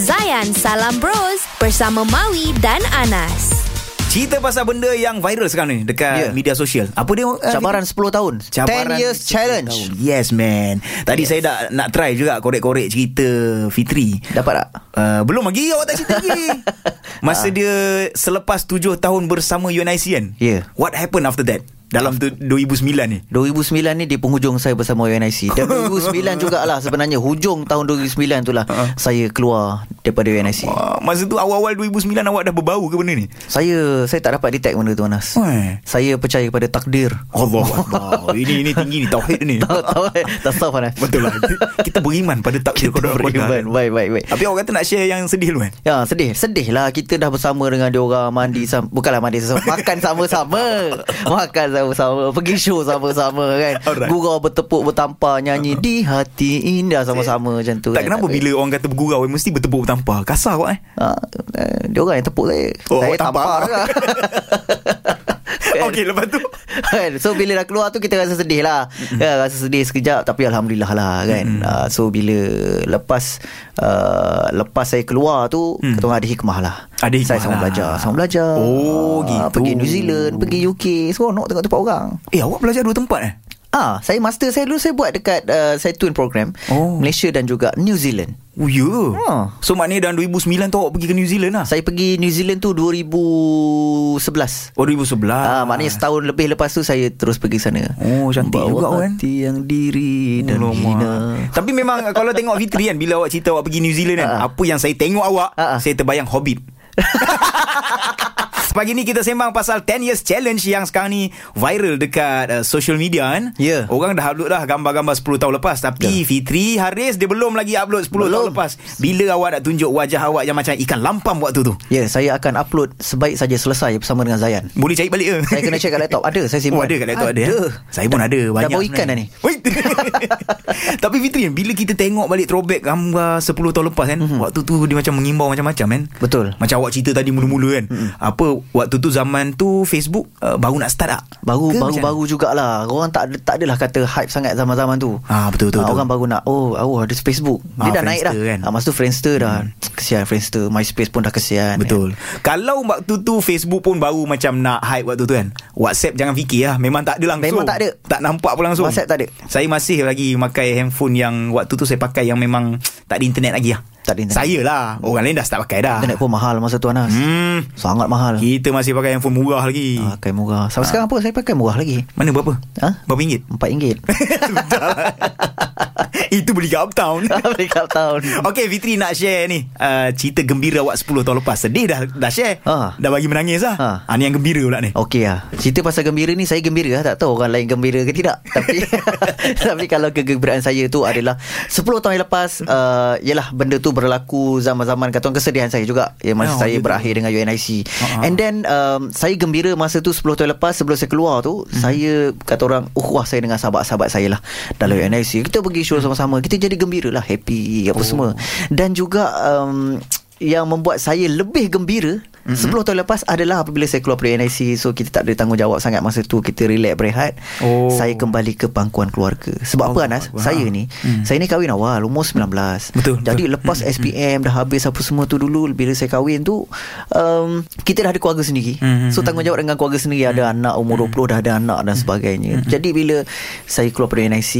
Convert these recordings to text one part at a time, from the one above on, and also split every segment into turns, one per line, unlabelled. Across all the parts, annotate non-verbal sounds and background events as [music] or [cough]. Zayan Salam Bros bersama Maui dan Anas.
Cerita pasal benda yang viral sekarang ni dekat yeah.
Ya.
media sosial. Apa dia? Uh,
Cabaran 10 tahun.
Cabaran
10 years
10
challenge.
tahun. Yes man. Tadi yes. saya dah nak try juga korek-korek cerita Fitri.
Dapat tak?
Uh, belum lagi awak tak cerita
[laughs]
lagi. Masa
Ah.
dia selepas 7 tahun bersama UNIC kan.
Ya.
What happened after that? Dalam tu, 2009 ni.
2009 ni di penghujung saya bersama [laughs] UNIC Dan 2009 jugalah sebenarnya Hujung tahun 2009 tu lah
Ha.
Saya keluar daripada UNIC
Wah, masa tu awal-awal 2009 awak dah berbau ke benda ni?
Saya saya tak dapat detect benda tu Anas
Wah.
Saya percaya pada takdir
Allah
[laughs]
Allah. Ini ini tinggi ni tauhid ni.
Tahu tahu Tasawuf Anas
Betul lah. Kita beriman pada takdir
eh. Kita
Qadar Qadar.
beriman Baik baik baik
Tapi awak kata nak share yang sedih dulu kan?
Ya sedih Sedih lah Kita dah bersama dengan diorang Mandi sama Bukanlah mandi sama Makan [laughs] sama-sama Makan sama-sama Pergi show sama-sama kan
Alright.
Gurau bertepuk bertampar Nyanyi di hati indah sama-sama macam tu
Tak
kan.
kenapa bila orang kata bergurau eh, Mesti bertepuk bertampar Kasar awak eh
ha, eh, Diorang yang tepuk saya
Oh, awak
Saya
tampar.
tampar lah Kan?
Okey lepas tu
[laughs] Kan? So bila dah keluar tu Kita rasa sedih lah ya, Rasa sedih sekejap Tapi Alhamdulillah lah kan uh, So bila Lepas uh, Lepas saya keluar tu
Mm.
mm. Kita orang ada hikmah lah
Ada hikmah
Saya sama
lah.
belajar Sama belajar
Oh, gitu.
Ah, Pergi New Zealand Pergi UK Seronok tengok tempat orang
Eh awak belajar dua tempat eh
Ah, Saya master saya dulu Saya buat dekat uh, Saya tune program
Oh.
Malaysia dan juga New Zealand
Oh ya yeah.
Ah.
So maknanya dalam 2009 tu awak pergi ke New Zealand lah
Saya pergi New Zealand tu 2011
Oh 2011
Ah, maknanya setahun lebih lepas tu saya terus pergi sana.
Oh, cantik
Bawa
juga, kan?
hati yang diri dan
Alamak.
hina.
Tapi memang [laughs] kalau tengok Fitri kan Bila awak cerita awak pergi New Zealand kan
Ah, ah.
Apa yang saya tengok awak
Ah, ah.
Saya terbayang
[laughs]
Hobbit Pagi ni kita sembang pasal 10 years challenge yang sekarang ni viral dekat uh, social media kan.
Ya.
Orang dah upload dah gambar-gambar 10 tahun lepas tapi yeah. Fitri Haris dia belum lagi upload 10 tahun
Belum.
lepas. Bila awak nak tunjuk wajah awak yang macam ikan lampam waktu tu?
Ya, saya akan upload sebaik saja selesai bersama dengan Zayan.
Boleh cari balik ke?
Saya kena check kat laptop. Ada, saya simpan.
Oh ada kat laptop ada, ada.
Ada.
Saya pun ada
Dah
banyak
bau ikan dah ni.
Wait. [laughs] Tapi Fitri Bila kita tengok balik throwback Gambar 10 tahun lepas kan mm-hmm. Waktu tu dia macam mengimbau macam-macam kan
Mhm. Betul. Mhm.
Macam awak cerita tadi mula-mula kan mm-hmm. Apa Waktu tu zaman tu Facebook uh, Baru nak start tak
Baru
Ke
baru
macam
baru jugalah. Orang tak ada, tak adalah kata hype sangat zaman-zaman tu.
Ah, betul, betul,
Ah,
betul.
orang baru nak oh, oh ada Facebook. Dia
Ah,
dah naik dah.
Friendster kan. Hmm.
Ah, masa tu Friendster dah. Kesian Friendster, MySpace pun dah kesian.
Betul Kalau waktu tu Facebook pun baru macam nak hype waktu tu kan WhatsApp jangan fikir lah Memang tak ada langsung
Memang tak ada.
Tak nampak pun langsung
Eh, WhatsApp tak ada.
Saya masih lagi pakai handphone yang Waktu tu saya pakai yang memang Tak ada internet lagi lah
Tak ada internet.
Saya lah Orang lain dah start pakai dah
Internet pun mahal masa tu Anas.
Hmm
Sangat mahal.
Kita masih pakai handphone murah lagi
Ah, Pakai murah. Sampai sekarang pun saya pakai murah lagi.
Mana berapa?
Ha?
Berapa ringgit? [laughs]
RM4.
Sudah. lah. Itu beli kat
[laughs]
Uptown
Breakup tahun
Okay Fitri nak share ni uh, Cerita gembira awak 10 tahun lepas Sedih dah dah share
Ha.
Dah bagi menangis lah
Ha.
ha, Ni yang gembira pula ni
Okey lah Cerita pasal gembira ni Saya gembira lah Tak tahu orang lain gembira ke tidak [laughs] Tapi Tapi kalau kegembiraan saya tu adalah 10 tahun yang lepas uh, Yelah benda tu berlaku Zaman-zaman Kata orang kesedihan saya juga ya, Masa
Oh,
saya
gitu.
berakhir dengan UNIC
Ha-ha.
And then um, Saya gembira masa tu 10 tahun lepas Sebelum saya keluar tu
Mhm.
Saya Kata orang Uhuah saya dengan sahabat-sahabat saya lah Dalam
Mhm.
UNIC Kita pergi show sama-sama Kita jadi gembira lah Happy
Oh.
Apa semua Dan juga um, yang membuat saya lebih gembira
Mhm.
mm-hmm. 10 tahun lepas adalah apabila saya keluar dari NIC so kita tak ada tanggungjawab sangat masa tu kita relax berehat
Oh.
saya kembali ke pangkuan keluarga sebab
Allah
apa Anas
Akbar.
saya ni
Mm.
saya ni kahwin awal umur 19
Betul, betul.
jadi lepas SPM dah habis apa semua tu dulu bila saya kahwin tu um, kita dah ada keluarga sendiri
Mm,
so tanggungjawab dengan keluarga sendiri ada anak umur 20 dah ada anak dan sebagainya jadi bila saya keluar dari NIC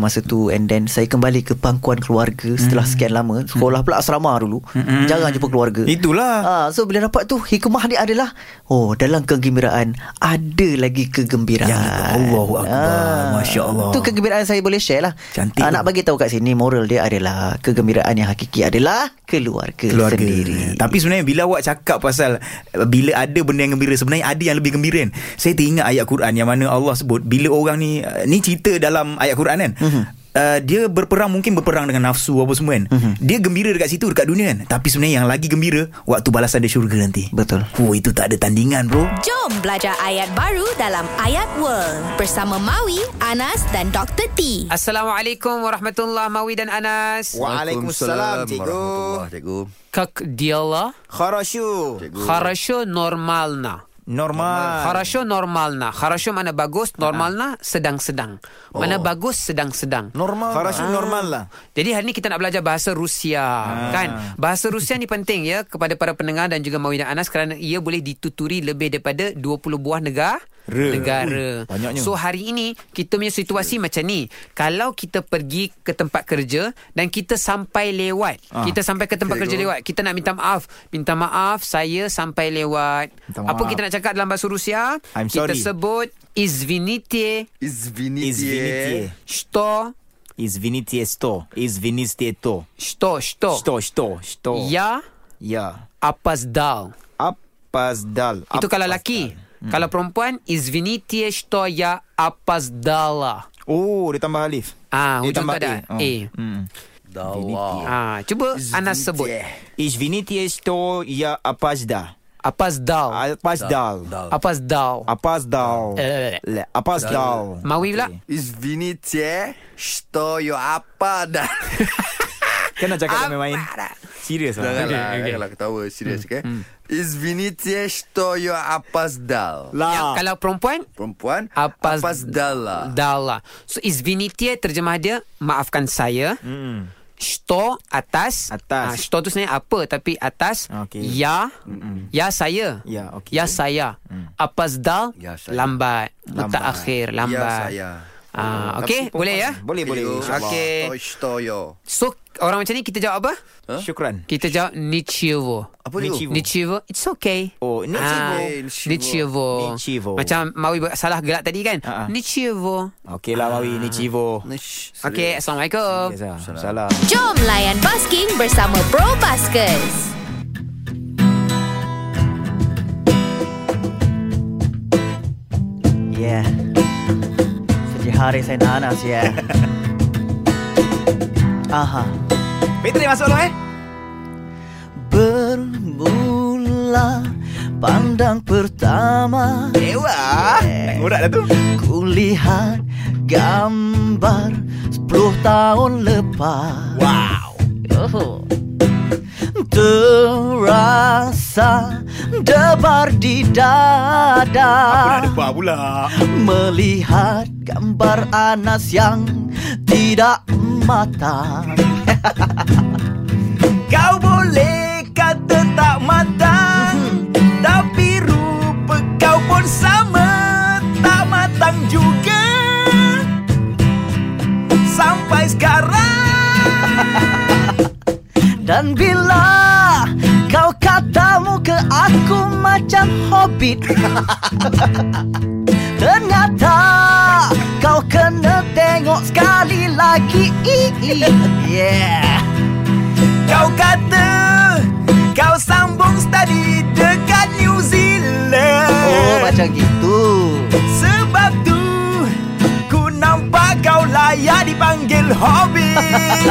masa tu and then saya kembali ke pangkuan keluarga setelah sekian lama sekolah pula asrama dulu
Mm-mm.
jarang jumpa keluarga
Itulah
Ah, so bila dapat tu hikmah dia adalah oh dalam kegembiraan ada lagi kegembiraan. Ah.
Yang itu. Ya, Allahu Akbar. Masya Allah.
Tu kegembiraan saya boleh share lah.
Cantik.
Ah, nak bagi tahu kat sini moral dia adalah kegembiraan yang hakiki adalah keluarga,
keluarga
sendiri.
Tapi sebenarnya bila awak cakap pasal uh, bila ada benda yang gembira sebenarnya ada yang lebih gembira kan. Saya teringat ayat Quran yang mana Allah sebut bila orang ni uh, ni cerita dalam ayat Quran kan.
Mhm.
Mm-hmm. Uh, dia berperang mungkin berperang dengan nafsu apa semua kan.
Mhm.
Mm-hmm. Dia gembira dekat situ dekat dunia kan. Tapi sebenarnya yang lagi gembira waktu balasan dia syurga nanti.
Betul.
Oh itu tak ada tandingan bro.
Jom belajar ayat baru dalam Ayat World bersama Maui, Anas dan Dr. T.
Assalamualaikum warahmatullahi Mawi dan Anas.
Waalaikumsalam cikgu.
warahmatullahi cikgu.
Как дела?
Kharashu.
Хорошо, нормально.
normal.
Kharasho normalna. Kharasho mana bagus, normalna sedang-sedang. Mana bagus sedang-sedang.
Normal.
Kharashu normal lah.
Jadi hari ni kita nak belajar bahasa Rusia
Ah.
kan. Bahasa Rusia ni penting ya kepada para pendengar dan juga Mawi dan Anas kerana ia boleh dituturi lebih daripada 20 buah negara.
Re.
Negara.
Ui, banyaknya.
So hari ini kita punya situasi macam ni. Kalau kita pergi ke tempat kerja dan kita sampai lewat.
Ah.
Kita sampai ke tempat kerja lewat. Kita nak minta maaf. Minta maaf saya sampai lewat.
Minta
Apa
maaf.
kita nak cakap dalam bahasa Rusia?
I'm sorry.
kita sebut izvinite
Izvinitie.
Извините.
что
Izvinitie sto. Izvinitie to.
что что.
Sto, sto, sto.
Я
Ya.
опоздал.
Apazdal.
Itu kalau lelaki. Kalau perempuan, извините, что я опоздала.
Oh, dia tambah alif.
Ah,
Dia
hujung
tambah
tak ada.
A. Oh.
A.
Hmm.
Дала.
Ah, cuba Anas sebut.
Izvinitie sto ya apazda.
Опоздал.
Apazdal.
Опоздал.
Apazdal.
Eh.
Le, Apazdal.
Mawi pula.
Извините, что я опада.
Kan nak cakap main-main. Serius lah.
[laughs] Janganlah okay, okay. Kalau ketawa Serius okay
hmm.
Извините, что я опоздал
Yang Ya, kalau perempuan,
Perempuan lah?
Apaz-
Опоздала
dala. So, извините, terjemah dia, maafkan saya.
Hmm.
Что atas
Atas.
ah, Что tu sebenarnya apa Tapi atas
Okey.
Ya Ya saya
Ya, okey. Mm.
Ya saya Опоздал
Ya saya.
Lambat
Lambat.
Mutaakhir Lambat
Ya saya
ah, Okay
Tapi
boleh ya
perempuan. Boleh, boleh.
insyaAllah. Okey.
Что, что я
So orang macam ni kita jawab apa
Huh?
Syukran.
Kita jawab Ничего
Apa tu?
Ничего.
Ничего It's okay
Oh, ничего.
Ah,
Ничего.
Ничего
Ничего.
Macam Mawi buat salah gelak tadi kan
Ah, ah.
Ничего
Okey lah Mawi, ni Civo.
Nish.
Okay Assalamualaikum
Biasa, Salah.
Jom layan basking bersama Pro Baskers.
Yeah. Ya. Sedih hari saya nak Anas,
[laughs]
yeah. Aha.
Patrick masuk lah eh.
Bermula pandang pertama
Dewa. Nak
Eh.
ngorak dah tu.
Kulihat gambar Sepuluh tahun lepas
Wow.
Oh. Terasa debar di dada
Ah.
depan pula.
Melihat gambar Anas yang tidak matang
[laughs] Kau boleh kata tak matang Tapi rupa kau pun sama Tak matang juga Sampai sekarang [laughs]
Dan bila kau katamu ke aku macam hobbit Ternyata kau kena tengok sekali lagi [laughs] Yeah
Kau kata Kau sambung study dekat New Zealand [laughs]
Oh macam gitu
Sebab tu Ku nampak kau layak dipanggil [laughs] Hobbit